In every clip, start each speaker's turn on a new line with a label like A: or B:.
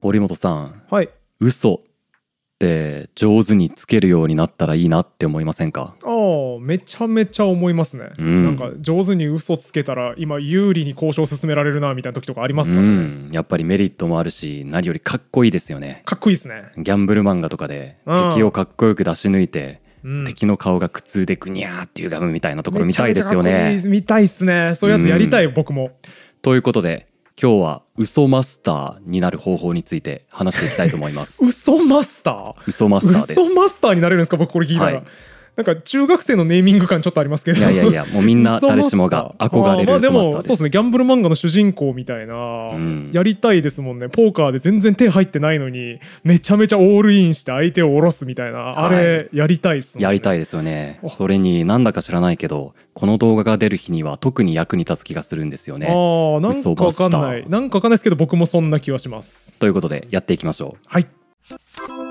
A: 堀本さん
B: はい
A: 嘘って上手につけるようになったらいいなって思いませんか
B: ああめちゃめちゃ思いますね、
A: うん
B: なんか上手に嘘つけたら今有利に交渉進められるなみたいな時とかあります
A: う
B: からね、
A: んやっぱりメリットもあるし何よりかっこいいですよね
B: かっこいいですね、
A: ギャンブル漫画とかで
B: うん
A: 敵をかっこよく出し抜いて、
B: うん、
A: 敵の顔が苦痛でグニャーっていうガムみたいなところ見たいですよ
B: めちゃめちゃかっこいい
A: ね
B: です見たいっすねそういうやつやりたい、僕も
A: ということで今日は嘘マスターになる方法について話していきたいと思いま す
B: 嘘マスター
A: 嘘マスターです
B: 嘘マスターになれるんですか僕これ聞いたら、
A: はい
B: なんか中学生のネーミング感ちょっとありますけど
A: いやいやいやもうみんな
B: 嘘マスター
A: 誰しもが憧れ
B: あーま
A: る
B: あ
A: 嘘マ
B: で
A: スター
B: も
A: です
B: そうですねギャンブル漫画の主人公みたいな、
A: ん
B: やりたいですもんねポーカーで全然手入ってないのにめちゃめちゃオールインして相手を下ろすみたいな、あれやりたいっすもんね
A: やりたい
B: い
A: ですよね
B: お
A: それになんだか知らないけどこの動画が出る日には特に役に立つ気がするんですよ
B: あ
A: ね
B: ーなんかわかん
A: 嘘マ
B: な
A: スタ
B: いなんかわかんないですけど僕もそんな気はします
A: ということでやっていきましょう
B: はい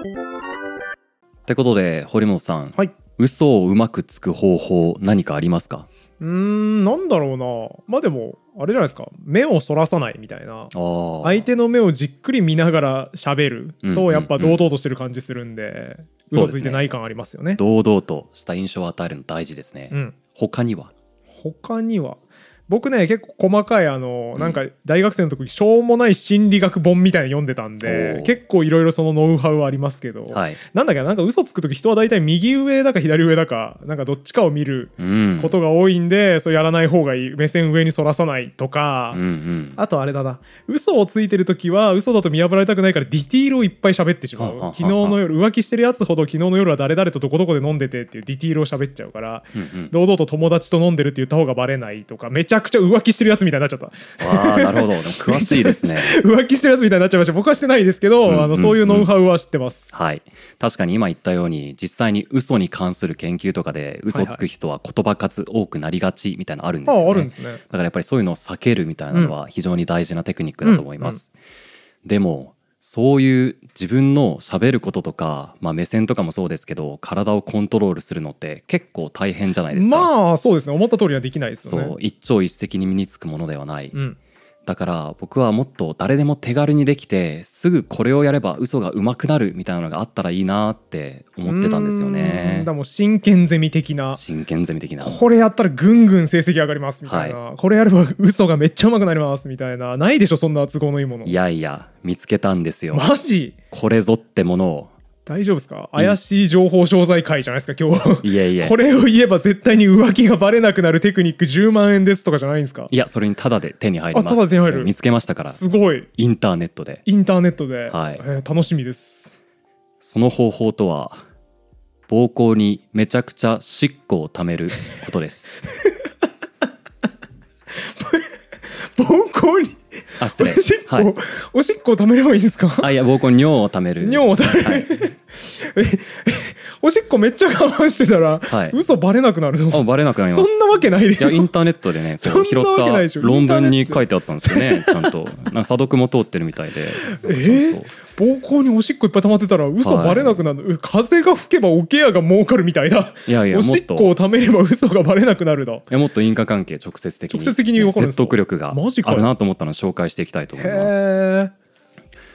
A: ってことで堀本さん、
B: はい
A: 嘘をうまくつく方法何かありますか
B: うーんなんだろうなまあでもあれじゃないですか目をそらさないみたいな
A: あー
B: 相手の目をじっくり見ながら喋る
A: うんうんう
B: と
A: ん
B: やっぱ堂々としてる感じするんで
A: そう
B: 嘘
A: ですね
B: ついてない感ありますよね。
A: 堂々とした印象を与えるの大事ですね、
B: うん、
A: 他には
B: 他には僕ね結構細かいあの、
A: うん
B: なんか大学生の時しょうもない心理学本みたいなの読んでたん
A: お
B: で
A: ー
B: 結構いろいろそのノウハウはありますけど、
A: はい、
B: なんだっけななんか嘘つく時人は大体右上だか左上だかなんかどっちかを見る
A: うん、
B: ことが多いんで、そうやらない方がいい目線上にそらさないとか。
A: うんうん
B: あとあれだな嘘をついてる時は嘘だと見破られたくないからディティールをいっぱい喋ってしま
A: はあ
B: う
A: はあはあ
B: 昨日の夜浮気してるやつほど昨日の夜は誰々とどこどこで飲んでてっていうディティールを喋っちゃうから
A: うんうん
B: 堂々と友達と飲んでるって言った方がバレないとかめちゃくちゃ浮気してるやつみたいになっちゃった
A: あーなるほどでも詳しいですね
B: 浮気してるやつみたいになっちゃいました僕はしてないですけど、
A: うん
B: あ
A: うん
B: のそういうノウハウは知ってます、
A: はい確かに今言ったように実際に嘘に関する研究とかで嘘をつく人は言葉数多くなりがちみたいなのあるんですよね、
B: あああるんですね
A: だからやっぱりそういうのを避けるみたいなのは非常に大事なテクニックだと思います。でもそういう自分の喋ることとか、まあ、目線とかもそうですけど体をコントロールするのって結構大変じゃないですか。
B: まあそうですね思った通りにはできないですよ
A: そう
B: ね
A: 一朝一夕に身につくものではない、
B: うん、
A: だから僕はもっと誰でも手軽にできてすぐこれをやれば嘘がうまくなるみたいなのがあったらいいなって思ってたんですよ
B: うー
A: ね
B: んだからもう真剣ゼミ的な
A: 真剣ゼミ的な
B: これやったらぐんぐん成績上がりますみたいな、これやれば嘘がめっちゃうまくなりますみたいなないでしょそんな都合のいいもの
A: いやいや見つけたんですよ
B: マジ
A: これぞってものを
B: 大丈夫ですか怪しい情報商材会じゃないですか今日
A: いえいえ
B: これを言えば絶対に浮気がバレなくなるテクニック10万円ですとかじゃないんですか
A: いや、それにタダで手に入ります。
B: あタダで手に入る
A: 見つけましたから、
B: すごい
A: インターネットで。
B: インターネットで、
A: はい
B: えー楽しみです
A: その方法とは、膀胱にめちゃくちゃしっこを貯めること です。
B: 膀胱に
A: あ、失礼。
B: おしっこ、
A: はい。
B: おしっこを貯めればいいんですか
A: あ、いや、膀胱に尿を貯める。
B: 尿を貯める
A: はい
B: おしっこめっちゃ我慢してたら、
A: はい
B: 嘘バレなくなるの
A: あ、バレなくなり
B: そ
A: ます。
B: んなわけないで
A: い
B: しょ
A: や、インターネットでね、こう
B: そ
A: 拾
B: んなわけないで
A: っ
B: したょ
A: 論文に書いてあったんですよね、ちゃんと。なんか査読も通ってるみたいで。
B: え
A: ちゃん
B: ー
A: と、
B: 膀胱におしっこいっぱい溜まってたら嘘
A: はい
B: バレなくなる、う風が吹けば桶屋が儲かるみたいない
A: やいや
B: おしっこを貯めれば嘘がバレなくなるだ
A: いやもっと因果関係直接的に
B: 直接的に分かるん
A: 説
B: ですか
A: 得力が
B: マジか
A: あ
B: よ
A: るなと思ったのを紹介していきたいと思います。
B: へえ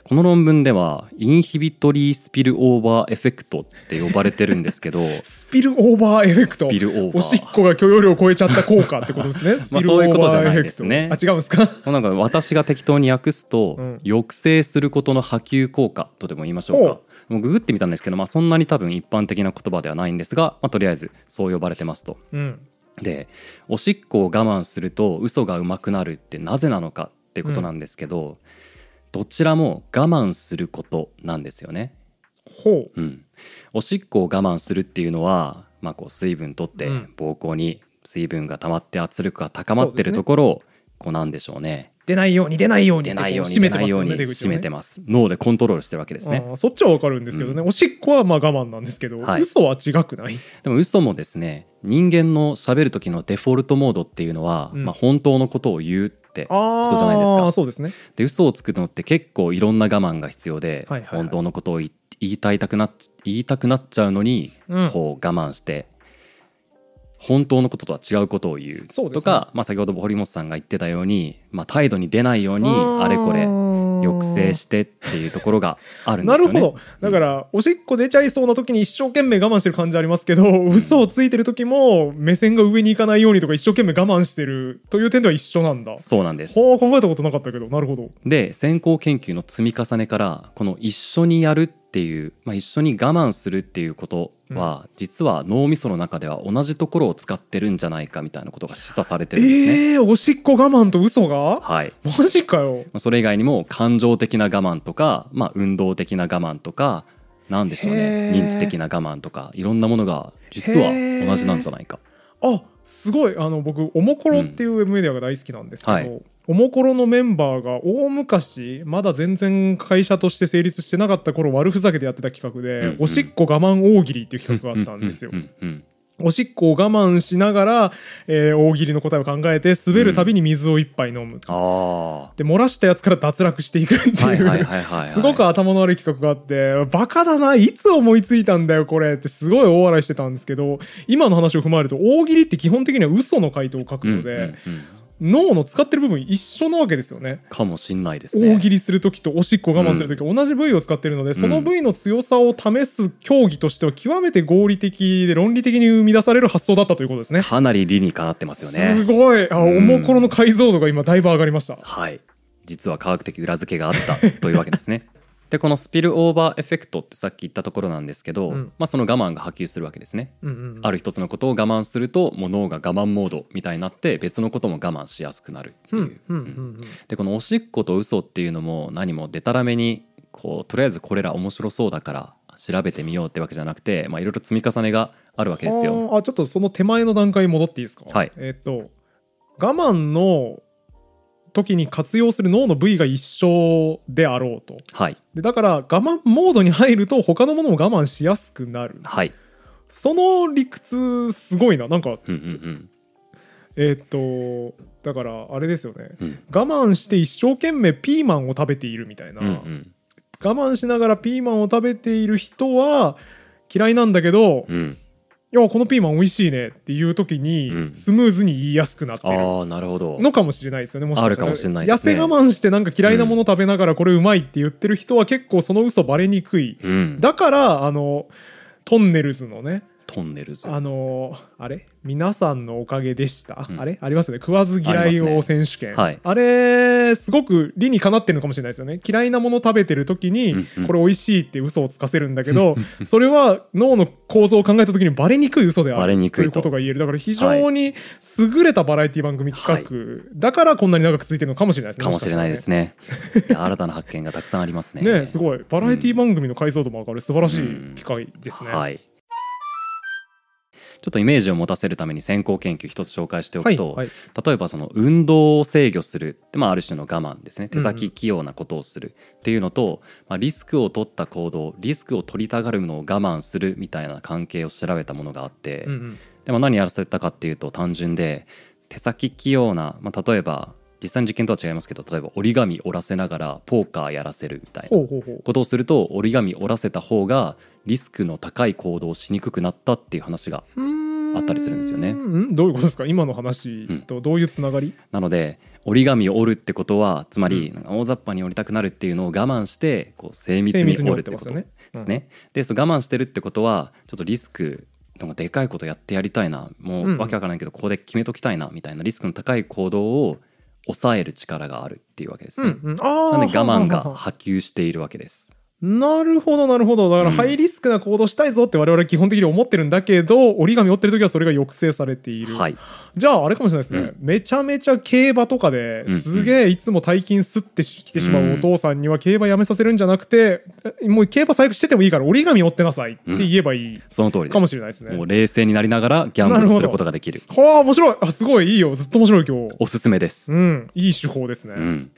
A: この論文ではインヒビトリースピルオーバーエフェクトって呼ばれてるんです けど
B: スピルオーバーエフェクト
A: スピルオーバー
B: おしっこが許容量を超えちゃった効果ってことですね ス
A: まあ
B: ピルオ
A: そう
B: ーバーエフェクト
A: いうことじゃないですね
B: あ違うんですか
A: なんか私が適当に訳すと、
B: うん
A: 抑制することの波及効果とでも言いましょうか
B: ほ
A: もうググってみたんですけど、まあ、そんなに多分一般的な言葉ではないんですが、まあ、とりあえずそう呼ばれてますと。
B: うん
A: でおしっこを我慢すると嘘がうまくなるってなぜなのかってことなんですけど、どちらも我慢することなんですよね。
B: ほ
A: うん、おしっこを我慢するっていうのは、まあ、こう水分取って
B: うん
A: 膀胱に水分が溜まって圧力が高まってる
B: そうですね
A: ところをこうなんでしょうね
B: う出ないように出ないように
A: 出
B: ってこ
A: な
B: う
A: いように
B: 締め
A: 出
B: て
A: ないよ
B: ますよ
A: う
B: ね
A: に
B: 出口
A: 締
B: をね
A: めてます脳でコントロールしてるわけですね
B: あーそっちはわかるんですけどね、おしっこはまあ我慢なんですけど、
A: はい
B: 嘘は違くない
A: でも嘘もですね人間の喋る時のデフォルトモードっていうのは、
B: うん
A: まあ、本当のことを言うって
B: あ
A: ことじゃないですか
B: あそうですね
A: で嘘をつくのって結構いろんな我慢が必要で、
B: はいはいはい
A: 本当のことを言い言いたいたくなっ言いたくなっちゃうのに、
B: うん
A: こう我慢して本当のこととは違うことを言う
B: そうですね
A: とかまあ、先ほど堀本さんが言ってたように、まあ、態度に出ないようにあれこれ抑制してっていうところがあるんで
B: な
A: す
B: る
A: よ
B: ほ
A: ね。
B: ど。だから、おしっこ出ちゃいそうな時に一生懸命我慢してる感じありますけど、嘘をついてる時も、目線が上に行かないようにとか一生懸命我慢してるという点では一緒なんだ。
A: そうなんです。
B: ほう、考えたことなかったけど、なるほど。
A: で先行研究の積み重ねからこの一緒にやるっていう、まあ、一緒に我慢するっていうことは、実は脳みその中では同じところを使ってるんじゃないかみたいなことが示唆されてるんですね。
B: ええー、おしっこ我慢と嘘が
A: はい
B: マジかよ。
A: まあそれ以外にも感情的な我慢とか、まあ、運動的な我慢とかなんでしょう
B: へ
A: ね
B: ー
A: 認知的な我慢とかいろんなものが実は同じなんじゃないか。
B: あすごいあの僕おもころっていうウェブメディアが大好きなんですけど、
A: うんはい
B: おもころのメンバーが大昔まだ全然会社として成立してなかった頃悪ふざけでやってた企画で、
A: うんうん
B: おしっこ我慢大喜利っていう企画があったんですよ
A: う。んうん
B: おしっこを我慢しながら、えー大喜利の答えを考えて滑るたびに水を一杯飲む、
A: ああ
B: で漏らしたやつから脱落していくっていう、
A: はいはいはいはい、はい、
B: すごく頭の悪い企画があって、バカだな、いつ思いついたんだよ、これってすごい大笑いしてたんですけど、今の話を踏まえると、大喜利って基本的には嘘の回答を書く
A: うんう
B: の
A: ん
B: で、
A: うん
B: 脳の使ってる部分一緒なわけですよね。
A: かもしんないですね。
B: 大喜利するときとおしっこ我慢するとき、同じ部位を使ってるので、その部位の強さを試す競技としては極めて合理的で論理的に生み出される発想だったということですね。
A: かなり理にかなってますよ
B: す
A: ね。
B: ごいあ、
A: うん
B: おもころの解像度が今だいぶ上がりました。
A: はい。実は科学的裏付けがあったというわけですね。でこのスピルオーバーエフェクトってさっき言ったところなんですけど、
B: うん
A: まあ、その我慢が波及するわけですね。
B: うんうんうん
A: ある一つのことを我慢するともう脳が我慢モードみたいになって別のことも我慢しやすくなるって
B: う
A: いう。
B: んうんうん
A: うん
B: うん
A: でこのおしっこと嘘っていうのも何もでたらめにこうとりあえずこれら面白そうだから調べてみようってわけじゃなくて、まあ、いろいろ積み重ねがあるわけですよ。
B: あーあちょっとその手前の段階に戻っていいですか
A: はい
B: えっと我慢の時に活用する脳の部位が一緒であろうと
A: はい、
B: でだから我慢モードに入ると他のものも我慢しやすくなる
A: はい、
B: その理屈すごいななんか
A: うんうん
B: えっとだからあれですよね
A: うんうん
B: 我慢して一生懸命ピーマンを食べているみたいな、
A: うんうん
B: 我慢しながらピーマンを食べている人は嫌いなんだけど、
A: うん
B: いやこのピーマン美味しいねっていう時に、
A: うん
B: スムーズに言いやすくなってる
A: ああなるほど。
B: のかもしれないですよねもしかしたら
A: あるかもしれないですね
B: 痩せ我慢してなんか嫌いなもの食べながらこれうまいって言ってる人は結構その嘘バレにくい、
A: うん、
B: だからあのトンネルズのね
A: トンネルズ。
B: あのあれ皆さんのおかげでした、
A: うん
B: あれありますよね食わず嫌いを選手権あ,、
A: はい
B: れすごく理にかなってるのかもしれないですよね嫌いなもの食べてる時に、
A: うんうん
B: これ美味しいって嘘をつかせるんだけ どそれは脳の構造を考えた時にバレにくい嘘であ
A: バレ
B: る
A: に
B: と
A: くい
B: い
A: と
B: うことが言えるだから非常に優れたバラエティ番組企画、だからこんなに長く続いてるのかもしれないですね
A: かもしれないです
B: ね
A: ね。いや新たな発見がたくさんありますね。
B: ねすごいバラエティ番組の解像度も上がる素晴らし
A: うん
B: い機会ですね、
A: はい。ちょっとイメージを持たせるために先行研究一つ紹介しておくと、
B: はいはい
A: 例えばその運動を制御するって、まあ、ある種の我慢ですね手
B: うんう
A: 先
B: ん
A: 器用なことをするっていうのと、まあ、リスクを取った行動リスクを取りたがるのを我慢するみたいな関係を調べたものがあって、
B: うんうん
A: でも何やらせたかっていうと単純で手先器用な、まあ、例えば実際の実験とは違いますけど例えば折り紙折らせながらポーカーやらせるみたいな
B: ほうほうほう
A: ことをすると折り紙折らせた方がリスクの高い行動をしにくくなったっていう話があ
B: あ
A: ったりするんですよね
B: どういうことですか今の話とどういうつながり、
A: なので折り紙を折るってことはつまり
B: う
A: なんか大雑把に折りたくなるっていうのを我慢してこう精密に折るってこと
B: 精密に折ってますよね
A: ですね。でそう我慢してるってことはちょっとリスクなんかでかいことやってやりたいなも
B: うん
A: う
B: う
A: んわけわからないけどここで決めときたいなみたいなリスクの高い行動を抑える力があるっていうわけですね。
B: うんあ
A: な
B: ー
A: ので我慢
B: はは
A: が
B: はは
A: 波及しているわけです。
B: なるほどなるほどだから
A: うん
B: ハイリスクな行動したいぞって我々基本的に思ってるんだけど折り紙折ってる時はそれが抑制されている、
A: はい、
B: じゃああれかもしれないですね、めちゃめちゃ競馬とかで
A: うん
B: すげえいつも大金すってし来てしまうお父さんには競馬やめさせるんじゃなくて、えもう競馬最悪しててもいいから折り紙折ってなさいって言えばいい、
A: その通りです。
B: かもしれないですね
A: もう冷静になりながらギャン
B: な
A: ブ
B: る
A: ル
B: ほど
A: することができる。
B: はあ面白いあすごいいいよずっと面白い今日
A: おすすめです。
B: うんいい手法ですね、
A: うん、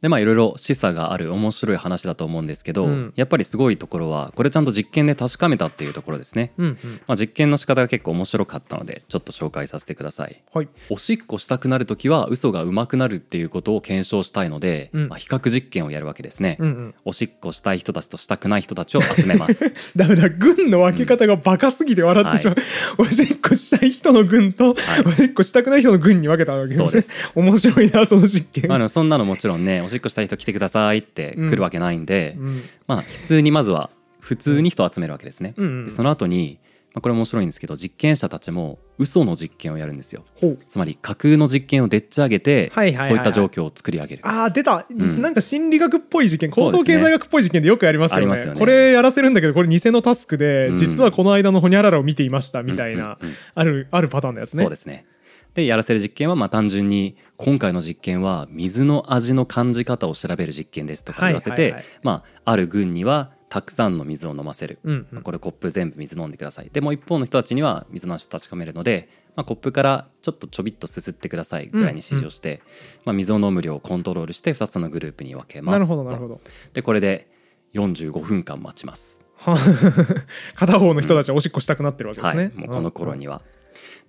A: でまあいろいろ示唆がある面白い話だと思うんですけど、
B: うん
A: やっぱりすごいところはこれちゃんと実験で確かめたっていうところですね、
B: うんうん
A: まあ、実験の仕方が結構面白かったのでちょっと紹介させてください
B: はい
A: おしっこしたくなる時は嘘がうまくなるっていうことを検証したいので、
B: うん
A: まあ、比較実験をやるわけですね、
B: うんうん
A: おしっこしたい人たちとしたくない人たちを集めます
B: ダメだ軍の分け方がバカすぎて笑ってしまう、おしっこしたい人の軍と、
A: はい
B: おしっこしたくない人の軍に分けたわけですね
A: そうです
B: 面白いなその実験
A: まあでもそんなのもちろんねおししっこしたい人来てくださいって来るわけないんで、
B: うん
A: まあ普通にまずは普通に人を集めるわけですね。
B: うんうん
A: でその後に、まあ、これ面白いんですけど実験者たちも嘘の実験をやるんですよ。
B: ほう
A: つまり架空の実験をでっち上げて、
B: はいはいはいはい
A: そういった状況を作り上げる。
B: あー出た、
A: ん
B: なんか心理学っぽい事件
A: そ
B: 行
A: うです
B: 動
A: ね
B: 経済学っぽい事件でよくやりますよ
A: あ
B: ね
A: りますよね
B: これやらせるんだけどこれ偽のタスクで、
A: うん
B: 実はこの間のホニャララを見ていましたみたいな、
A: うんうんうん
B: あるあるパターンのやつね
A: そうですね。でやらせる実験はまあ単純に今回の実験は水の味の感じ方を調べる実験ですとか言わせて、
B: はいはいはい
A: まあ、ある軍にはたくさんの水を飲ませる、
B: うんうん
A: これコップ全部水飲んでくださいでもう一方の人たちには水の味を確かめるので、まあ、コップからちょっとちょびっとすすってくださいぐらいに指示をして、まあ、水を飲む量をコントロールして2つのグループに分けます
B: なるほどなるほど
A: でこれで45分間待ちます
B: は 片方の人たちはおしっこしたくなってるわけですね、
A: はい、もうこの頃に
B: は、
A: は、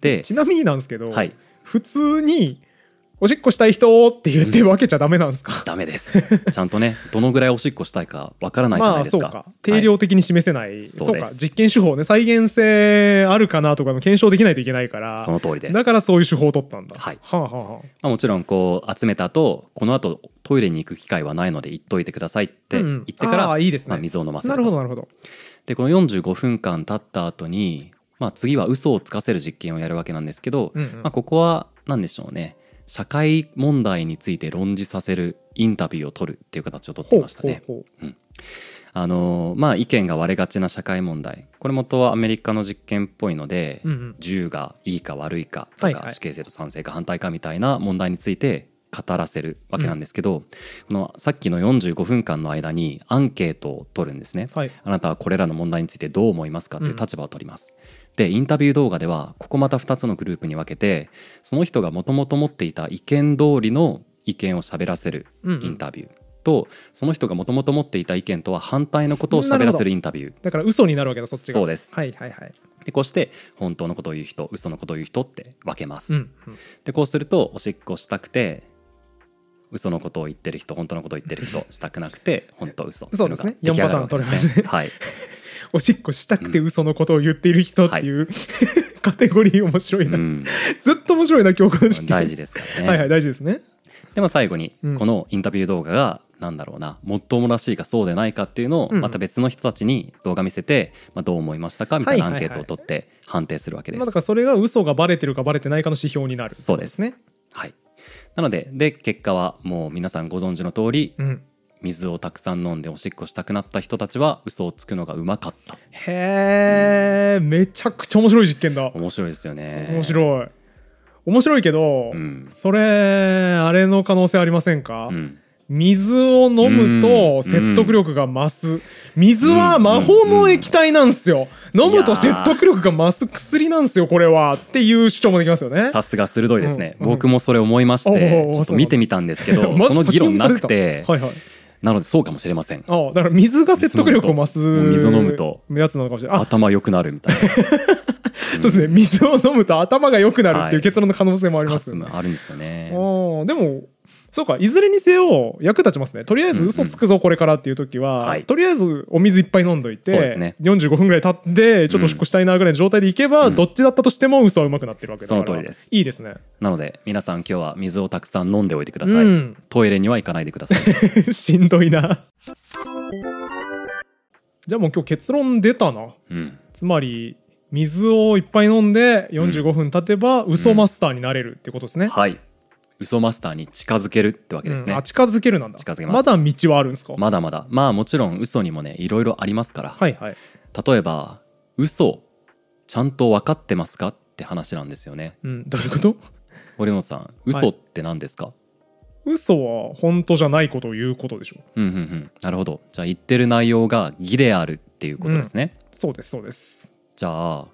A: で
B: ちなみになんですけど、
A: はい
B: 普通におしっこしたい人って言って分けちゃダメなんですか、
A: ダメですちゃんとねどのぐらいおしっこしたいかわからないじゃ
B: ま
A: ない
B: あ
A: で
B: そ
A: す
B: う
A: か,、
B: か定量的に示せない、
A: そ
B: そうう
A: です
B: か実験手法ね再現性あるかなとかの検証できないといけないから
A: その通りです
B: だからそういう手法を取ったんだ
A: はい
B: はあ、はあは
A: ま
B: あ
A: あ、もちろんこう集めた後この後トイレに行く機会はないので行っといてくださいって
B: うんう
A: 言っ
B: ん
A: てから、
B: ああいいですね
A: まあ、水を飲ませ
B: なるほどなるほど
A: でこの45分間経った後にまあ次は嘘をつかせる実験をやるわけなんですけど、
B: うんうん
A: まあ、ここは何でしょうね社会問題について論じさせるインタビューを取るっていう形を取ってましたね。
B: ほ
A: あのーまあ意見が割れがちな社会問題これ元はアメリカの実験っぽいので、
B: うんうん
A: 銃がいいか悪いかとか、
B: はいはい
A: 死刑制と賛成か反対かみたいな問題について語らせるわけなんですけど、このさっきの45分間の間にアンケートを取るんですね。
B: はい
A: あなたはこれらの問題についてどう思いますかという
B: うん
A: 立場を取ります。でインタビュー動画ではここまた2つのグループに分けてその人がもともと持っていた意見通りの意見を喋らせる
B: うんうん
A: インタビューと、その人がもともと持っていた意見とは反対のことを喋らせるインタビュー。
B: だから嘘になるわけだそっちが
A: そうです
B: はいはいはい
A: でこうして本当のことを言う人嘘のことを言う人って分けます。
B: うんうん
A: でこうするとおしっこしたくて嘘のことを言ってる人本当のことを言ってる 人したくなくて本当嘘っていのが
B: そうですね
A: 出来上がるわけです
B: 四パターン取れますね
A: はい
B: おしっこしたくて嘘のことを言っている人っていう、 カテゴリー面白いう な、
A: ん、
B: ずっと面白いな今日この時期
A: 大事ですからね。
B: はいはい大事ですね
A: でも最後に
B: うん
A: このインタビュー動画がなんだろうなもっともらしいかそうでないかっていうのを
B: うん
A: また別の人たちに動画見せて、まあ、どう思いましたかみたいなア
B: はい
A: ン
B: はい
A: ケ
B: はい
A: ートを取って判定するわけです。
B: まあ、だからそれが嘘がバレてるかバレてないかの指標になる
A: そうです
B: ね
A: はい、なのでで結果はもう皆さんご存知の通り
B: うん
A: 水をたくさん飲んでおしっこしたくなった人たちは嘘をつくのがうまかった
B: へえ、めちゃくちゃ面白い実験だ。
A: 面白いですよね。
B: 面白い。面白いけど、
A: うん
B: それ、あれの可能性ありませんか、
A: うん
B: 水を飲む
A: うん
B: と説得力が増す。水は魔法の液体なんすよ。飲むと説得力が増す薬なんすよ、これは。っていう主張もできますよね。
A: さすが鋭いですね、
B: うんうん
A: 僕もそれ思いまし
B: おうおう
A: て
B: おう
A: ちょっと見てみたんですけ ど
B: ま
A: そ
B: ず
A: の議論なく
B: 先読
A: て
B: みされたはいはい。
A: なのでそうかもしれません
B: ああ、だから水が説得力を増す。
A: 水を飲むと
B: やつなのかもしれない。あ、
A: 頭良くなるみた いな
B: そうですね。水を飲むと頭が良くなるっていう結論の可能性もありますよね。
A: あるんですよね。
B: ああでもそうかいずれにせよ役立ちますねとりあえず嘘つくぞこれからっていう時は、
A: はい
B: とりあえずお水いっぱい飲んどいて、
A: そうですね
B: 45分ぐらい経ってちょっとおしっこしたいなぐらいの状態でいけば、
A: うん
B: どっちだったとしても嘘はうまくなってるわけだから
A: その通りです
B: いいですね
A: なので皆さん今日は水をたくさん飲んでおいてください、
B: うん
A: トイレには行かないでください
B: しんどいなじゃあもう今日結論出たな
A: うん
B: つまり水をいっぱい飲んで45分経てば嘘マスターになれるってことですね、
A: はい嘘マスターに近づけるってわけですね、
B: うんあ近づけるなんだ
A: 近づけます
B: だ道はあるんですか、
A: まだまだまあもちろん嘘にもねいろいろありますから、
B: はいはい
A: 例えば嘘ちゃんと分かってますかって話なんですよね
B: うんどういうこと
A: 堀本さん嘘って何ですか、
B: 嘘は本当じゃないことを言うことでしょ
A: うんうんうんなるほどじゃあ言ってる内容が偽であるっていうことですね、
B: そうですそうです
A: じゃあ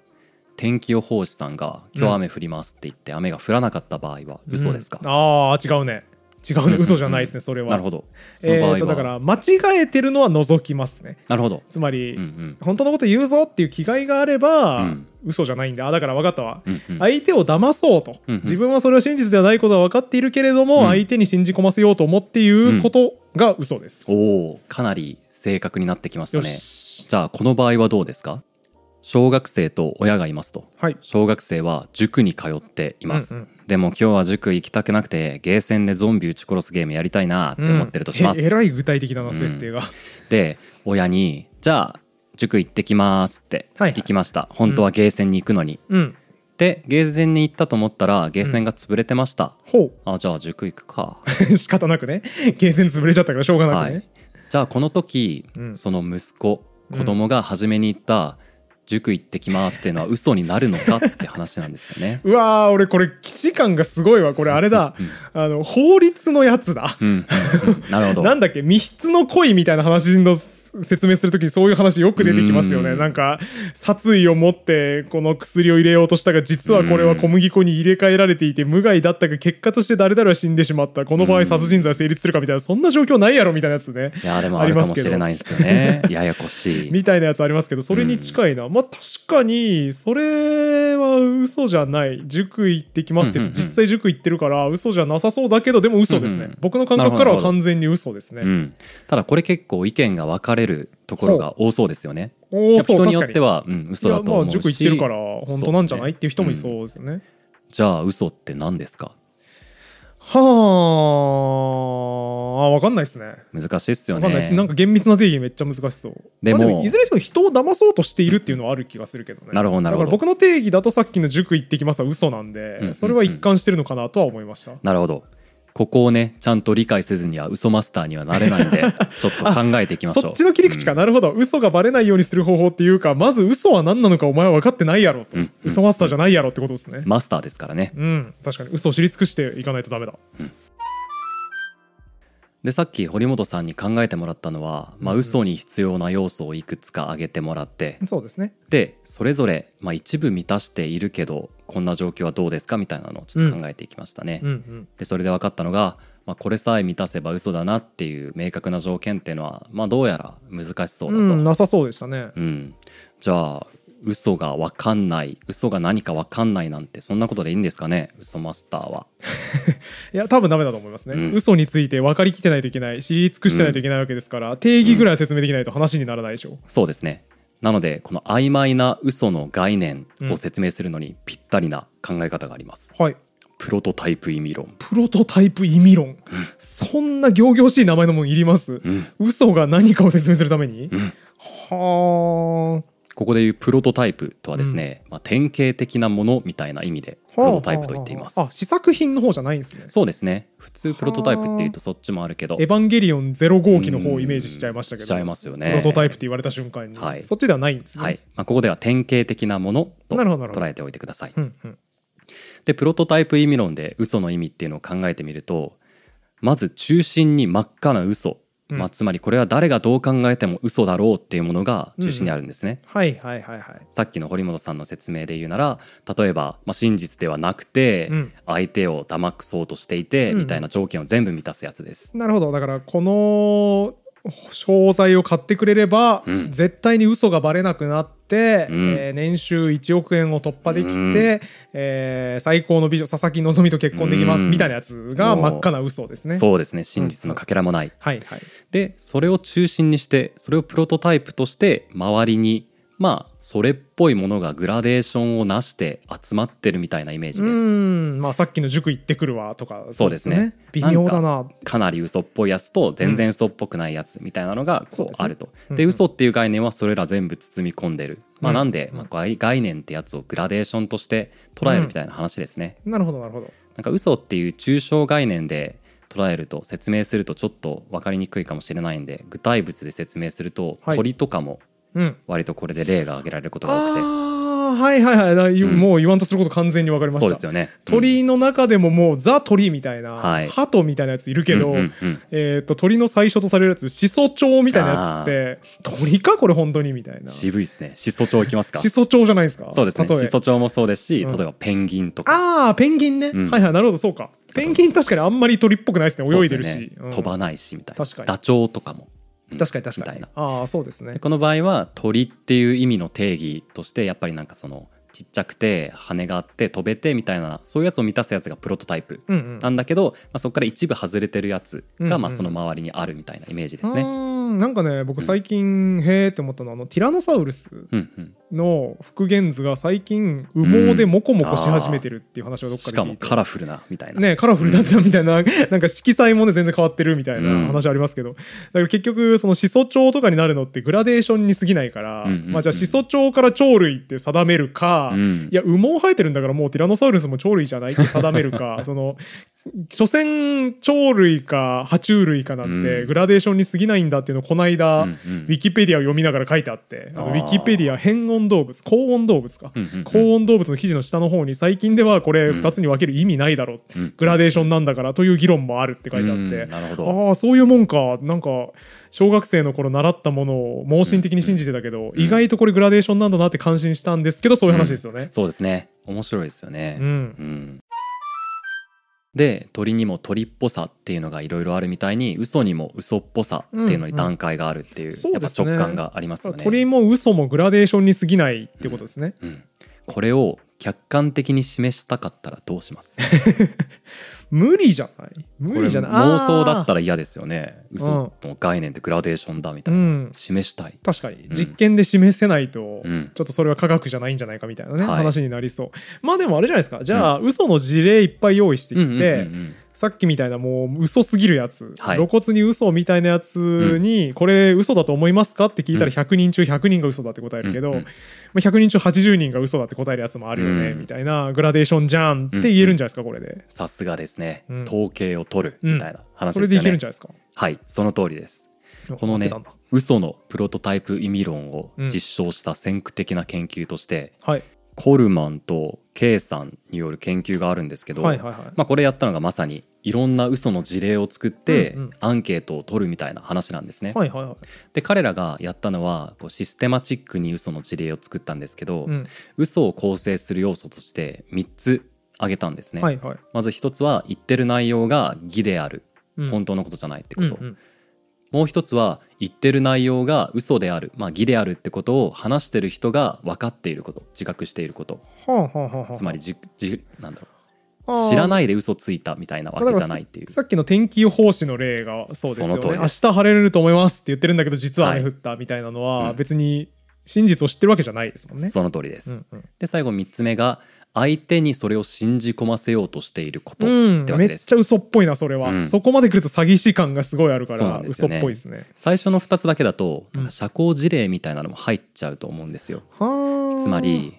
A: 天気予報士さんが「今日雨降ります」って言って雨が降らなかった場合は嘘ですか、
B: うんああ違うね違う
A: うんうん
B: ね
A: うん
B: 嘘じゃないですねそれは
A: なるほどその
B: え
A: 場合は、
B: ーとだから間違えてるのは除きますね
A: なるほど
B: つま
A: う
B: り、
A: んうん
B: 本当のこと言うぞっていう気概があれば、
A: うん
B: 嘘じゃないんだあだから分かったわ、
A: うんうん
B: 相手を騙そうと、
A: うんうん
B: 自分はそれは真実ではないことは分かっているけれども、
A: うん
B: 相手に信じ込ませようと思っていうことが嘘です、
A: おおかなり正確になってきました
B: よ
A: ね
B: し
A: じゃあこの場合はどうですか小学生と親がいますと
B: はい。
A: 小学生は塾に通っています、
B: うん
A: でも今日は塾行きたくなくてゲーセンでゾンビ撃ち殺すゲームやりたいなって思ってるとします、
B: うんええらい具体的だな、設定が。
A: で親に「じゃあ塾行ってきます」って「
B: はいはい
A: 行きました本当はゲーセンに行くのに」
B: うん。
A: でゲーセンに行ったと思ったらゲーセンが潰れてました、
B: ほ
A: あじゃあ塾行くか、
B: う。仕 方なくね。ゲーセン潰れちゃったからしょうがな
A: は
B: くね
A: い。、じゃあこの時、
B: うん。
A: その息子子供が初めに言った「塾行ってきます」っていうのは嘘になるのかって話なんですよね
B: うわー、俺これ、既視感がすごいわ。これあれだ。あの、法律のやつだ。
A: うん、うんうんなるほど
B: なんだっけ密室の恋みたいな話の説明するときにそういう話よく出てきますよね。
A: うん
B: なんか殺意を持ってこの薬を入れようとしたが実はこれは小麦粉に入れ替えられていて無害だったが結果として誰々は死んでしまったこの場合殺人罪は成立するかみたいなそんな状況ないやろみたいなやつね
A: いやでも
B: あ
A: あ
B: り
A: る
B: ま
A: か
B: す
A: も
B: け
A: し
B: ど
A: れないですよねややこしい。
B: みたいなやつありますけどそれに近いな、まあ確かにそれは嘘じゃない塾行ってきますって言って
A: うんうんうん
B: 実際塾行ってるから嘘じゃなさそうだけどでも嘘ですね、
A: うんうん
B: 僕の感覚からは完全に嘘ですね、
A: うん、ただこれ結構意見が分かれるところが多そうですよね。
B: おーそう
A: 人に
B: 確
A: よ
B: か
A: っては、うん、嘘
B: いや
A: だと思
B: ま
A: う
B: あ
A: し
B: 塾行ってるから本当なんじゃないっていう人もいそうですね。
A: じゃあ嘘って何ですか
B: はああ分かんないですね。
A: 難しいっすよ
B: 分かんない。
A: ね
B: なんか厳密な定義めっちゃ難しそう。
A: でも
B: まあいずれにせよ人を騙そうとしているっていうのはある気がするけどね。
A: なるほどなるほど
B: だから僕の定義だとさっきの塾行ってきますは嘘なんで、
A: うんうん
B: それは一貫してるのかなとは思いました。
A: なるほどここをねちゃんと理解せずには嘘マスターにはなれないん でちょっと考えていきましょう
B: そっちの切り口か、なるほど嘘がバレないようにする方法っていうかまず嘘は何なのかお前は分かってないやろと、
A: うんうん
B: 嘘マスターじゃないやろってことですね
A: マスターですからね
B: うん確かに嘘を知り尽くしていかないとダメだ
A: でさっき堀本さんに考えてもらったのは、まあ、嘘に必要な要素をいくつか挙げてもらって
B: そうですね
A: でそれぞれ、まあ、一部満たしているけどこんな状況はどうですかみたいなのをちょっと考えていきましたね、
B: うんうん
A: でそれで分かったのが、まあ、これさえ満たせば嘘だなっていう明確な条件っていうのは、まあ、どうやら難しそうだと、
B: うん、なさそうでしたね。
A: うん、じゃあ嘘が分かんない嘘が何か分かんないなんてそんなことでいいんですかね嘘マスターはい
B: や、多分ダメだと思いますね。
A: うん
B: 嘘について分かりきってないといけない、知り尽くしてないといけないわけですから、定義ぐらいは説明できないと話にならないでしょう。
A: そうですねなのでこの曖昧な嘘の概念
B: うん
A: を説明するのにぴったりな考え方があります、
B: はい。
A: プロトタイプ意味論
B: プロトタイプ意味論。そんな仰々しい名前のもんいります、
A: うん
B: 嘘が何かを説明するために、
A: ん
B: は
A: ここでいうプロトタイプとはですね、まあ、典型的なものみたいな意味で
B: あ。
A: プロトタイプと言っています、
B: あ、試作品の方じゃないんですね。
A: そうですね普通プロトタイプっていうとそっちもあるけど
B: エヴァンゲリオン0号機の方をイメージしちゃいましたけど。
A: しちゃいますよね
B: プロトタイプって言われた瞬間に、
A: はい
B: そっちではないんですね。
A: はいまあ、ここでは典型的なものと
B: なるほどなるほど
A: 捉えておいてください
B: うんうん。
A: でプロトタイプ意味論で嘘の意味っていうのを考えてみるとまず中心に真っ赤な嘘、
B: うん
A: まあ、つまりこれは誰がどう考えても嘘だろうっていうものが中心にあるんですね、
B: はいはいはいはい。
A: さっきの堀本さんの説明で言うなら例えば、まあ、真実ではなくて、
B: うん
A: 相手を騙くそうとしていて、
B: うん
A: みたいな条件を全部満たすやつです、
B: なるほどだからこの商材を買ってくれれば、
A: うん
B: 絶対に嘘がバレなくなって、
A: うん
B: えー年収1億円を突破できて、
A: うん
B: えー最高の美女佐々木希と結婚できます、
A: うん
B: みたいなやつが真っ赤な嘘ですね。
A: そうですね真実のかけらもない、
B: はいはい、
A: でそれを中心にしてそれをプロトタイプとして周りにまあそれっぽいものがグラデーションをなして集まってるみたいなイメージ
B: う
A: です
B: んまあさっきの塾行ってくるわとか
A: そうですね
B: 微妙だなん
A: かかなり嘘っぽいやつと全然嘘っぽくないやつみたいなのが
B: そう
A: こ
B: で
A: う
B: すね
A: あると、
B: うん
A: で嘘っていう概念はそれら全部包み込んでる、ま
B: う
A: あ、
B: ん
A: なんで、まあ、概概念ってやつをグラデーションとして捉えるみたいな話ですね、
B: なるほどなるほど
A: なんか嘘っていう抽象概念で捉えると説明するとちょっと分かりにくいかもしれないんで具体物で説明すると、
B: はい
A: 鳥とかも
B: うん
A: 割とこれで例が挙げられることが多く
B: ああはいはいはいだ、
A: ん
B: もう言わんとすること完全にわかり
A: て
B: まし
A: そ
B: た
A: うですよね
B: 鳥の中でももうザ鳥みたいな、
A: はい
B: 鳩みたいなやついるけど、
A: うんうんうん
B: えー、と鳥の最初とされるやつ始祖鳥みたいなやつって鳥かこれ本当にみたいな
A: 渋いですねシソチョウいきますか
B: 始祖鳥じゃないですか
A: そうですね
B: 例え
A: シソチョウもそうですし
B: う
A: 例
B: ん
A: えばペンギンとか
B: ああペンギンね、
A: うん
B: はいはいなるほどそうかペンギン確かにあんまり鳥っぽくないですね泳いでる
A: そう
B: し
A: すよね飛ばないしみたいな
B: 確かに
A: ダチョウとかも、うん
B: 確かに確
A: み
B: か
A: た
B: に
A: いな
B: ああそうですね
A: でこの場合は鳥っていう意味の定義としてやっぱりなんかそのちっちゃくて羽があって飛べてみたいなそういうやつを満たすやつがプロトタイプ
B: うんうん
A: なんだけど、まあ、そこから一部外れてるやつ
B: うんう
A: が
B: ん
A: まあその周りにあるみたいなイメージです
B: う
A: ね。
B: ーんんなんかね僕最近へえって思ったのはあのティラノサウルス
A: うんうん
B: の復元図が最近羽毛でモコモコし始めてるっていう話をどっか
A: し
B: で聞
A: か
B: いて、
A: もカラフルなみたいな、
B: ね、カラフルだったみたいな、なんか色彩もね、全然変わってるみたいな話ありますけど、だから結局、その始祖鳥とかになるのってグラデーションに過ぎないから、
A: うんうんうん
B: まあじゃあ始祖鳥から鳥類って定めるか、
A: うん
B: いや、羽毛生えてるんだからもうティラノサウルスも鳥類じゃないって定め るか、その、所詮鳥類か爬虫類かなんて
A: うん
B: グラデーションに過ぎないんだっていうのをこの間、
A: うんうん
B: ウィキペディアを読みながら書いてあって、あの
A: あ
B: ウ
A: ー
B: ィキペディア変温動物、高温動物か。
A: うんうんうん
B: 高温動物の記事の下の方に最近ではこれ2つに分ける意味ないだろう、
A: うん
B: グラデーションなんだからという議論もあるって書いてあって、
A: うんなるほど
B: ああそういうもんかなんか小学生の頃習ったものを盲信的に信じてたけど、意外とこれグラデーションなんだなって感心したんですけどそういう話ですよね。
A: そうですね面白いですよね
B: うん、
A: うんで鳥にも鳥っぽさっていうのがいろいろあるみたいに嘘にも嘘っぽさっていうのに段階があるっていう,、
B: うんうん
A: やっぱ
B: そうですね
A: 直感がありますよね。
B: 鳥も嘘もグラデーションに過ぎないってことですね。
A: うん、これを客観的に示したかったらどうします
B: 無理じゃない無理じゃない
A: これ妄想だった
B: ら
A: ら嫌ですよね嘘の概念でグラデーションだみた
B: う
A: いな、
B: ん
A: 示したい、
B: 確かに
A: うん
B: 実験で示せないと、
A: うん
B: ちょっとそれは科学じゃないんじゃないかみたいなね、
A: はい
B: 話になりそうまあでもあれじゃないですかじゃあ、嘘の事例いっぱい用意してきて、
A: うんうんうん
B: さっきみたいなもう嘘すぎるやつ、
A: はい
B: 露骨に嘘みたいなやつに、これ嘘だと思いますかって聞いた
A: う
B: ら
A: ん
B: 100人中100人が嘘だって答えるけど、
A: うんうん
B: まあ、100人中80人が嘘だって答えるやつもあるよね、
A: うん
B: みたいなグラデーションじゃんって言えるんじゃないですかこれで、
A: さすがですね、
B: うん
A: 統計を取るみたいな話
B: そ
A: で
B: れ
A: す
B: でい
A: よ
B: け
A: ね、
B: るんじゃないですか
A: はいその通りですこのね
B: 合ってたんだ
A: 嘘のプロトタイプ意味論を
B: うん
A: 実証した先駆的な研究として、
B: はい
A: コルマンと K さんによる研究があるんですけど、
B: はいはいはい、
A: まあ、これやったのがまさにいろんな嘘の事例を作って
B: うんうん
A: アンケートを取るみたいな話なんですね。
B: はいはいはい
A: で彼らがやったのはこうシステマチックに嘘の事例を作ったんですけど、
B: うん
A: 嘘を構成する要素として3つ挙げたんですね。
B: はいはい
A: まず1つは言ってる内容が偽である、
B: うん
A: 本当のことじゃないってこと。
B: うんうん
A: もう一つは言ってる内容が嘘である、まあ、偽であるってことを話してる人が分かっていること自覚していること
B: はあはあはあはあ
A: つまりじじなんだろ
B: あー
A: う知らないで嘘ついたみたいなわけじゃないっていう
B: さっきの天気予報士の例がそうで
A: そ
B: すよ
A: の通
B: ね
A: り
B: 明
A: で
B: 日
A: す
B: 晴れると思いますって言ってるんだけど実は雨
A: はい
B: 降ったみたいなのは
A: うん
B: 別に真実を知ってるわけじゃないですもんね。
A: その通りです、
B: うんうん
A: で最後3つ目が相手にそれを信じ込ませようとしていること
B: うん
A: ってわ
B: め
A: け
B: っ
A: で
B: ち
A: す、
B: ゃ嘘っぽいなそれは、
A: うん
B: そこまで来ると詐欺師感がすごいあるか
A: そう
B: ら
A: なんです
B: 嘘
A: よ
B: っ
A: ね
B: ぽいですね。
A: 最初の2つだけだと
B: うん
A: 社交事例みたいなのも入っちゃうと思うんですよ、
B: はあ
A: つま、り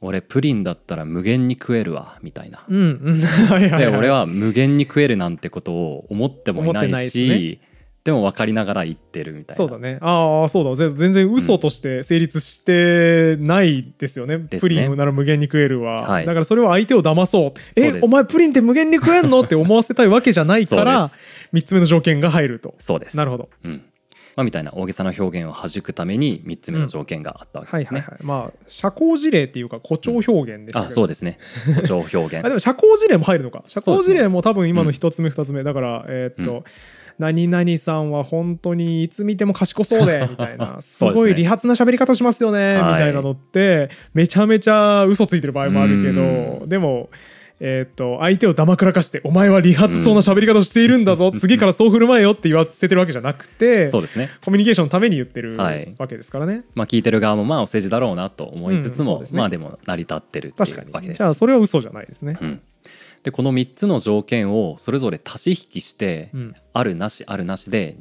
A: 俺プリンだったら無限に食えるわみたいな
B: うんうん、はいはい、
A: で
B: はい、
A: 俺は無限に食えるなんてことを思ってもいな
B: 思ってない
A: い
B: です
A: しでも分かりながら言ってるみたいな
B: そうだねああそうだぜ全然嘘として成立してないですよね、
A: すね
B: プリンなら無限に食えるわ、
A: はい
B: だからそれは相手を騙そう
A: そう
B: え
A: です
B: お前プリンって無限に食えんのって思わせたいわけじゃないか
A: そう
B: ら
A: です
B: 3つ目の条件が入ると
A: そうです
B: なるほど
A: うんまあ、みたいな大げさな表現を弾くために3つ目の条件があったわけ
B: は
A: で
B: い
A: す
B: はい
A: ね
B: は。いまあ社交辞令っていうか誇張表現でしたけど、
A: あそうですね誇張表
B: あで
A: 現
B: も社交辞令も入るのか社交辞
A: そうです
B: 令
A: ね
B: も多分今の
A: うん
B: 一つ目二つ目だからえーっと、
A: う
B: 何々さんは本当にいつ見ても賢そう でみたいなす
A: そう
B: ご
A: で
B: い
A: すね
B: 理髪な喋り方しますよねみ
A: はい
B: たいなのってめちゃめちゃ嘘ついてる場合もあるけ
A: う
B: どでも。えーっと相手をだまくらかして「お前は理髪そうな喋り方しているんだぞ、次からそう振る舞えよ」って言わせてるわけじゃなくて
A: そうですね
B: コミュニケーションのために言ってる
A: はい
B: わけですからね。
A: まあ聞いてる側もまあお世辞だろうなと思いつつ
B: うんそう
A: も、
B: ですね
A: まあでも成り立ってるってい
B: 確
A: う
B: か
A: わけ
B: に
A: です。
B: じゃあそれは嘘じゃないですね。
A: うん、でこの3つの条件をそれぞれ足し引きして、
B: うん
A: あるなしあるなしで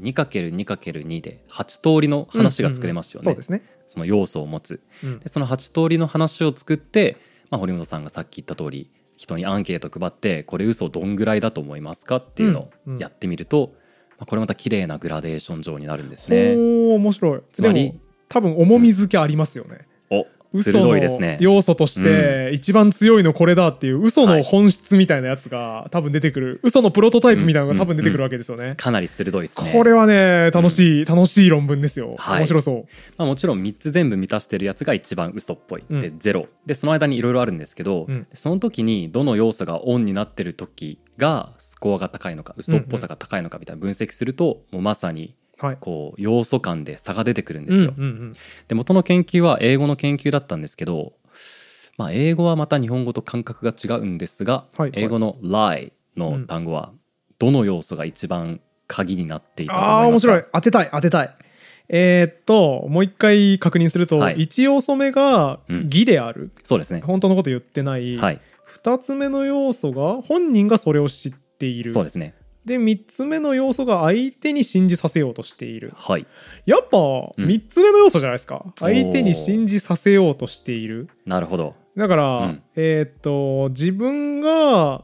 A: 2×2×2 で8通りの話が作れますよね。
B: うんうんうんそうですね。
A: その要素を持つ、
B: うん
A: でその8通りの話を作って、まあ、堀本さんがさっき言った通り人にアンケート配ってこれ嘘どんぐらいだと思いますかっていうの
B: うんう
A: を
B: ん
A: やってみると、まあ、これまた綺麗なグラデーション上になるんですね。
B: おお面白い。
A: つまり
B: でも多分重み付けありますよね。
A: お
B: 嘘
A: 鋭
B: の
A: いですね。
B: 要素として一番強いのこれだっていう嘘の本質みたいなやつが多分出てくる嘘のプロトタイプみたいなのが多分出てくるわけですよね。
A: かなり鋭いですね。
B: これはね楽しい楽しい論文ですよ。
A: はい
B: 面白そう。
A: まあ、もちろん3つ全部満たしてるやつが一番嘘っぽい、
B: うん
A: で0でその間にいろいろあるんですけど、
B: うん
A: その時にどの要素がオンになってる時がスコアが高いのか嘘っぽさが高いのかみたいな分析すると、もうまさに
B: はい。
A: こう要素間で差が出てくるんで
B: う
A: す
B: んう
A: よ。
B: ん
A: で元の研究は英語の研究だったんですけど、まあ、英語はまた日本語と感覚が違うんですが、
B: はいはい
A: 英語の「lie」の単語はどの要素が一番鍵になっていたと
B: ああ
A: 思い
B: ー、面
A: ます
B: 白い。当てたい、当てたい。えーっと、もう一回確認すると、
A: はい
B: 一要素目が
A: うん
B: 偽である、
A: そうですね
B: 本当のこと言ってない。
A: はい
B: 二つ目の要素が、本人がそれを知っている。
A: そうですね
B: で、三つ目の要素が、相手に信じさせようとしている。
A: はい
B: やっぱ、
A: ん
B: 三つ目の要素じゃないですか。相手に信じさせようとしている。
A: なるほど
B: だから、
A: うん
B: えーっと自分が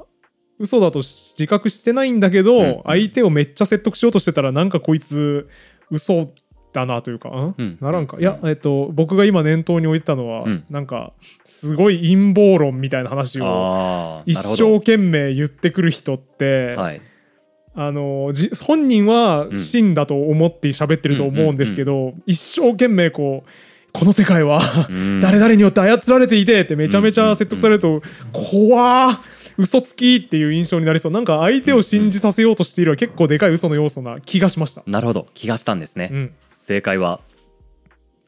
B: 嘘だとし自覚してないんだけど、
A: うん
B: 相手をめっちゃ説得しようとしてたらなんかこいつ嘘だなというか、ん
A: うん
B: ならんか、
A: うん
B: いや、えーっと僕が今念頭に置いてたのは、
A: うん
B: なんかすごい陰謀論みたいな話を
A: ああ
B: 一生懸命言ってくる人って、
A: はい
B: あのじ本人は
A: うん
B: 真だと思って喋ってると思うんですけど、一生懸命こうこの世界は
A: うん
B: 誰々によって操られていてってめちゃめちゃ説得されると怖ー嘘つきっていう印象になりそうなんか相手を信じさせようとしているは結構でかい嘘の要素な気がしました、
A: なるほど気がしたんですね、
B: うん、
A: 正解は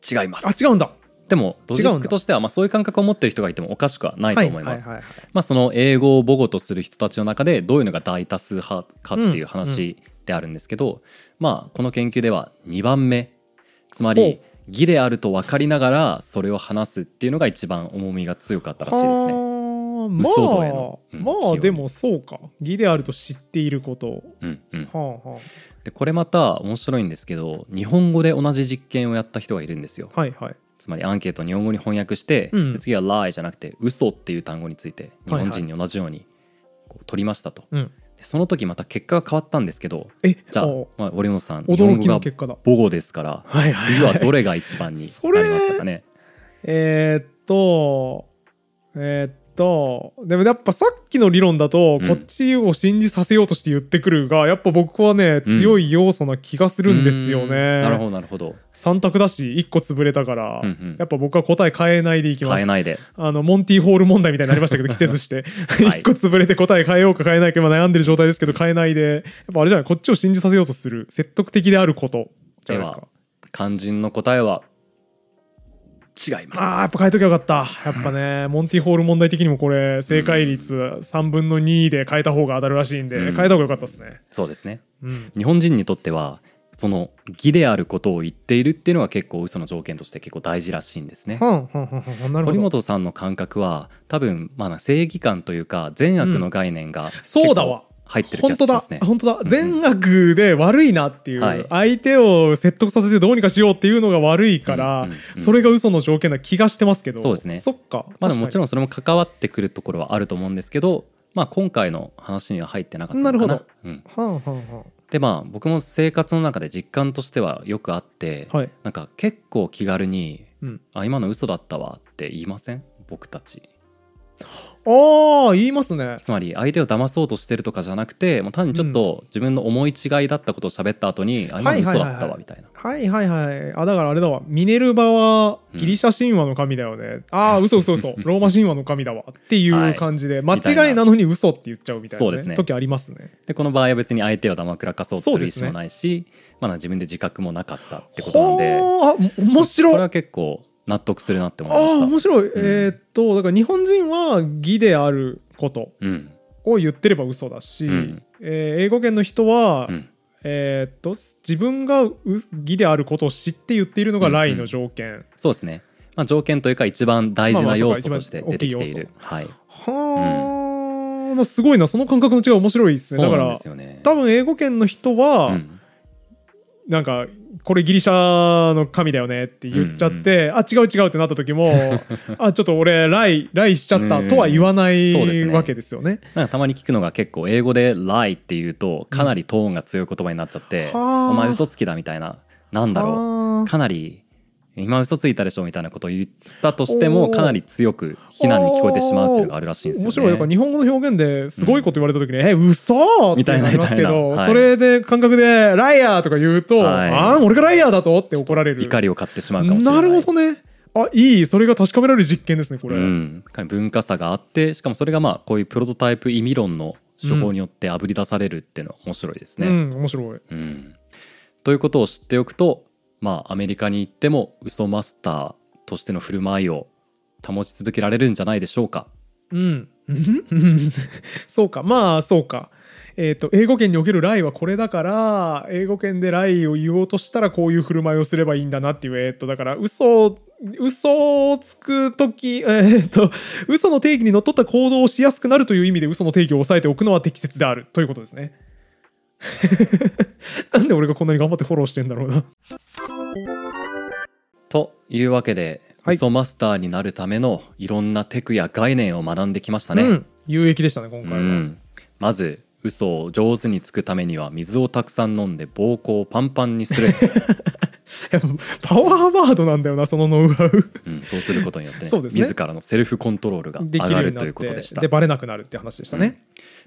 A: 違いま
B: あ
A: す
B: 違うんだ
A: でもロ
B: 違うん
A: ジ
B: だ
A: ックとしてはまあそういう感覚を持ってる人がいてもおかしくはないと思います、
B: はいはい
A: まあ、その英語を母語とする人たちの中でどういうのが大多数派かっていう話であるんですけど、まあ、この研究では2番目つまり義であると分かりながらそれを話すっていうのが一番重みが強かったらしいですね。
B: は
A: 嘘度へ
B: ー
A: のうん
B: まあ、ま
A: 寄
B: あ
A: 与
B: でもそうか義であると知っていること
A: うんうん、
B: はあは
A: でこれまた面白いんですけど日本語で同じ実験をやった人がいるんですよ。
B: あはいはい
A: つまりアンケートを日本語に翻訳して、
B: うん
A: で次は「lie」じゃなくて「嘘っていう単語について日本人に同じようにこう取りましたと。
B: うん
A: でその時また結果が変わったんですけど
B: え
A: じゃあ
B: お、
A: まあ、森本さん日本
B: 驚
A: 語
B: きの
A: が
B: 結果だ
A: 母語ですから
B: はいはい
A: 次はどれが一番に
B: そ
A: な
B: れ
A: りましたかね
B: えーっと、えーっと、でもやっぱさっきの理論だと、
A: うん
B: こっちを信じさせようとして言ってくるが、やっぱ僕はね、強い要素な気がするんですよ
A: う
B: ね。
A: ーんなるほどなるほど
B: 3択だし、1個潰れたから、
A: うんうん
B: やっぱ僕は答え変えないでいきます。
A: 変えないで
B: あの、モンティーホール問題みたいになりました けど、季節して。
A: はい
B: 1個潰れて答え変えようか変えないか今悩んでる状態ですけど、変えないで。やっぱあれじゃない、こっちを信じさせようとする、説得的であること。じゃ
A: で
B: ないですか
A: は。肝心の答えは違います
B: あーやっぱ変えときゃよかったやっぱねモンティホール問題的にもこれ正解率3分の2で変えた方が当たるらしいんで、
A: うん
B: 変えた方がよかったですね
A: そうですね
B: うん
A: 日本人にとってはその義であることを言っているっていうのが結構嘘の条件として結構大事らしいんですね
B: はんはんはんはんなるほ
A: 堀
B: ど
A: 本さんの感覚は多分まあ正義感というか善悪の概念が
B: そうだ
A: 結
B: わ
A: 構入ってる気
B: 本
A: がし
B: 当
A: ま
B: だ
A: すね
B: 本当だ
A: ん
B: 善悪で悪いなっていう、
A: はい
B: 相手を説得させてどうにかしようっていうのが悪いから、
A: うんうんうん
B: それが嘘の条件な気がしてますけど
A: そうですね
B: そっか
A: まあ、でももち
B: ろ
A: ろ
B: ん
A: んそれも関わってくるところはあると思うんですけど、まあ、今回の話には入ってなかったのかな
B: なるほ
A: うん、
B: はんはんはん
A: でまあ僕も生活の中で実感としてはよくあって、
B: はい
A: なんか結構気軽に
B: うん
A: 「あ今の嘘だったわ」って言いません僕たち
B: ああ言いますね
A: つまり相手を騙そうとしてるとかじゃなくてもう単にちょっと自分の思い違いだったことを喋った後に「あ今の嘘だったわ」みたいな、
B: はいはいはい。あ、だからあれだわ。ミネルヴァはギリシャ神話の神だよね。ああ、嘘 嘘嘘。ローマ神話の神だわ。っていう感じで、
A: い
B: 間違いなのに嘘って言っちゃうみたいな、ね。
A: そうですね
B: 時ありますね。
A: でこの場合は別に相手を騙くらかそうとす
B: そう
A: る
B: で
A: 意
B: す
A: 思
B: ね
A: もないし、まあ、自分で自覚もなかったってことなん
B: ほ
A: で
B: ーあ、面
A: これ
B: 白い。
A: は結構納得するなって思い
B: あ
A: ま
B: あ、
A: した。
B: 面白い。えーっと、だから日本人は義であること
A: うん
B: を言ってれば嘘だし、
A: うん
B: えー英語圏の人は、
A: うん
B: えーっと、自分がう義であることを知って言っているのが来の条件。
A: そうですね、まあ、条件というか一番大事
B: まあま
A: な
B: あそう
A: 要
B: か
A: 素として出てきている、はい、
B: はあ、なすごいなその感覚の違い面白いですね
A: そ
B: だ
A: う
B: か
A: なんで
B: ら
A: すよね
B: 多分英語圏の人は、
A: うん
B: なんかこれギリシャの神だよねって言っちゃって、あ違う違うってなった 時もあちょっと俺ライライしちゃったとは言わな
A: うんそうです
B: い
A: ね
B: わけですよね。
A: なんかたまに聞くのが結構英語で「lie」っていうとかなりトーンが強い言葉になっちゃって「
B: はあ
A: お前嘘つきだ」みたいな「なんだろ
B: あ
A: う」
B: ー
A: かなり「今嘘ついたでしょ」みたいなことを言ったとしても
B: おー
A: かなり強く非難に聞こえてしまうっていうのがあるらしいんですよね。
B: 面白いだから日本語の表現ですごいこと言われた時に「え嘘
A: み
B: ったて
A: いな
B: なりますけど、
A: みたいなはい
B: それで感覚で「ライアー」とか言うと「
A: はい
B: ああ俺がライアーだと?」って怒られる。
A: 怒りを買ってしまうかもしれない。
B: なるほどねあいいそれが確かめられる実験ですねこれ、
A: うん、かなり文化差があってしかもそれがまあこういうプロトタイプ意味論の手法によってあぶり出されるっていうのは面白いです
B: う
A: ね。
B: ん面白い
A: うんということを知っておくとまあアメリカに行っても嘘マスターとしての振る舞いを保ち続けられるんじゃないでしょうか。
B: うんうんうんそうかまあそうかえっ、と、英語圏における雷はこれだから、英語圏で雷を言おうとしたらこういう振る舞いをすればいいんだなっていう、えっ、と、だから、嘘を、嘘をつくとき、えっ、と、嘘の定義にのっとった行動をしやすくなるという意味で嘘の定義を抑えておくのは適切であるということですね。 なんで俺がこんなに頑張ってフォローしてんだろうな。
A: というわけで、
B: はい
A: 嘘マスターになるためのいろんなテクや概念を学んできましたね。
B: うん、有益でしたね、今回は。
A: うんまず嘘を上手につくためには水をたくさん飲んで膀胱をパンパンにす る、
B: やっぱパワーワードなんだよな、そのノウハウ。
A: うん、そうすることによって、
B: そうですね
A: 自らのセルフコントロールが上
B: できるよ
A: が
B: う
A: る
B: にな
A: とい
B: っ
A: うこと
B: て
A: でした
B: でバレなくなるって話でしたね。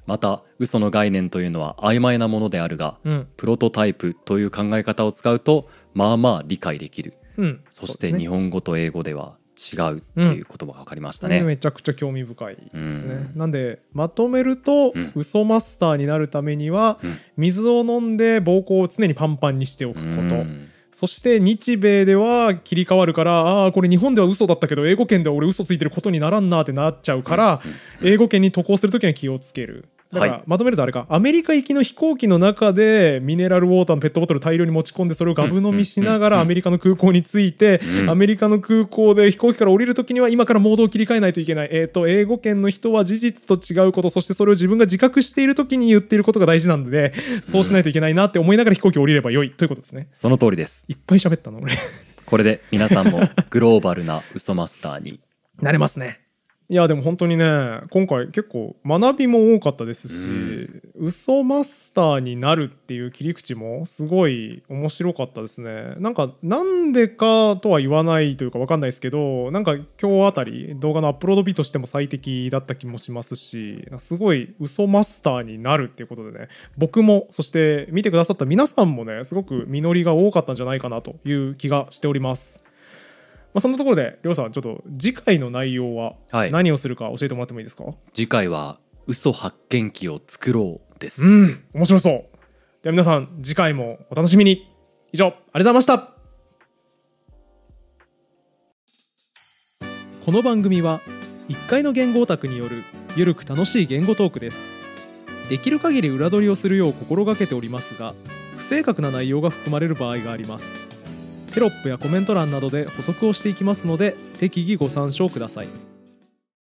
A: また嘘の概念というのは曖昧なものであるが、
B: うん、
A: プロトタイプという考え方を使うとまあまあ理解できる
B: うん、
A: そうし
B: で
A: て
B: すね
A: 日本語と英語では違うっていう言葉が分かりましたね、
B: めちゃくちゃ興味深いですね。
A: うん
B: なんでまとめると、
A: うん
B: 嘘マスターになるためには、
A: うん
B: 水を飲んで膀胱を常にパンパンにしておくこと、
A: うん
B: そして日米では切り替わるからああこれ日本では嘘だったけど英語圏では俺嘘ついてることにならんなってなっちゃうから、英語圏に渡航するときには気をつける。だから、
A: はい
B: まとめるとあれかアメリカ行きの飛行機の中でミネラルウォーターのペットボトル大量に持ち込んでそれをガブ飲みしながら
A: うん
B: アメリカの空港に着いて、
A: うん
B: アメリカの空港で飛行機から降りるときには今からモードを切り替えないといけない、えー、と英語圏の人は事実と違うことそしてそれを自分が自覚しているときに言っていることが大事なのでそうしないといけないなって思いながら飛行機を降りれば良いということですね。
A: その通りです
B: いっぱい喋ったの俺
A: これで皆さんも グローバルな嘘マスターに
B: なれますねいやでも本当にね今回結構学びも多かったですし、嘘マスターになるっていう切り口もすごい面白かったですねなんかなんでかとは言わないというか分かんないですけどなんか今日あたり動画のアップロード日としても最適だった気もしますしすごい嘘マスターになるっていうことでね僕もそして見てくださった皆さんもねすごく実りが多かったんじゃないかなという気がしておりますまあ、そんなところで、りょうさん、ちょっと次回の内容は
A: はい
B: 何をするか教えてもらってもいいですか、
A: 次回は嘘発見機を作ろうです、
B: うん、面白そう。では皆さん、次回もお楽しみに。以上、ありがとうございました。この番組は、1階の言語オタクによるゆるく楽しい言語トークです。できる限り裏取りをするよう心がけておりますが、不正確な内容が含まれる場合があります。テロップやコメント欄などで補足をしていきますので、適宜ご参照ください。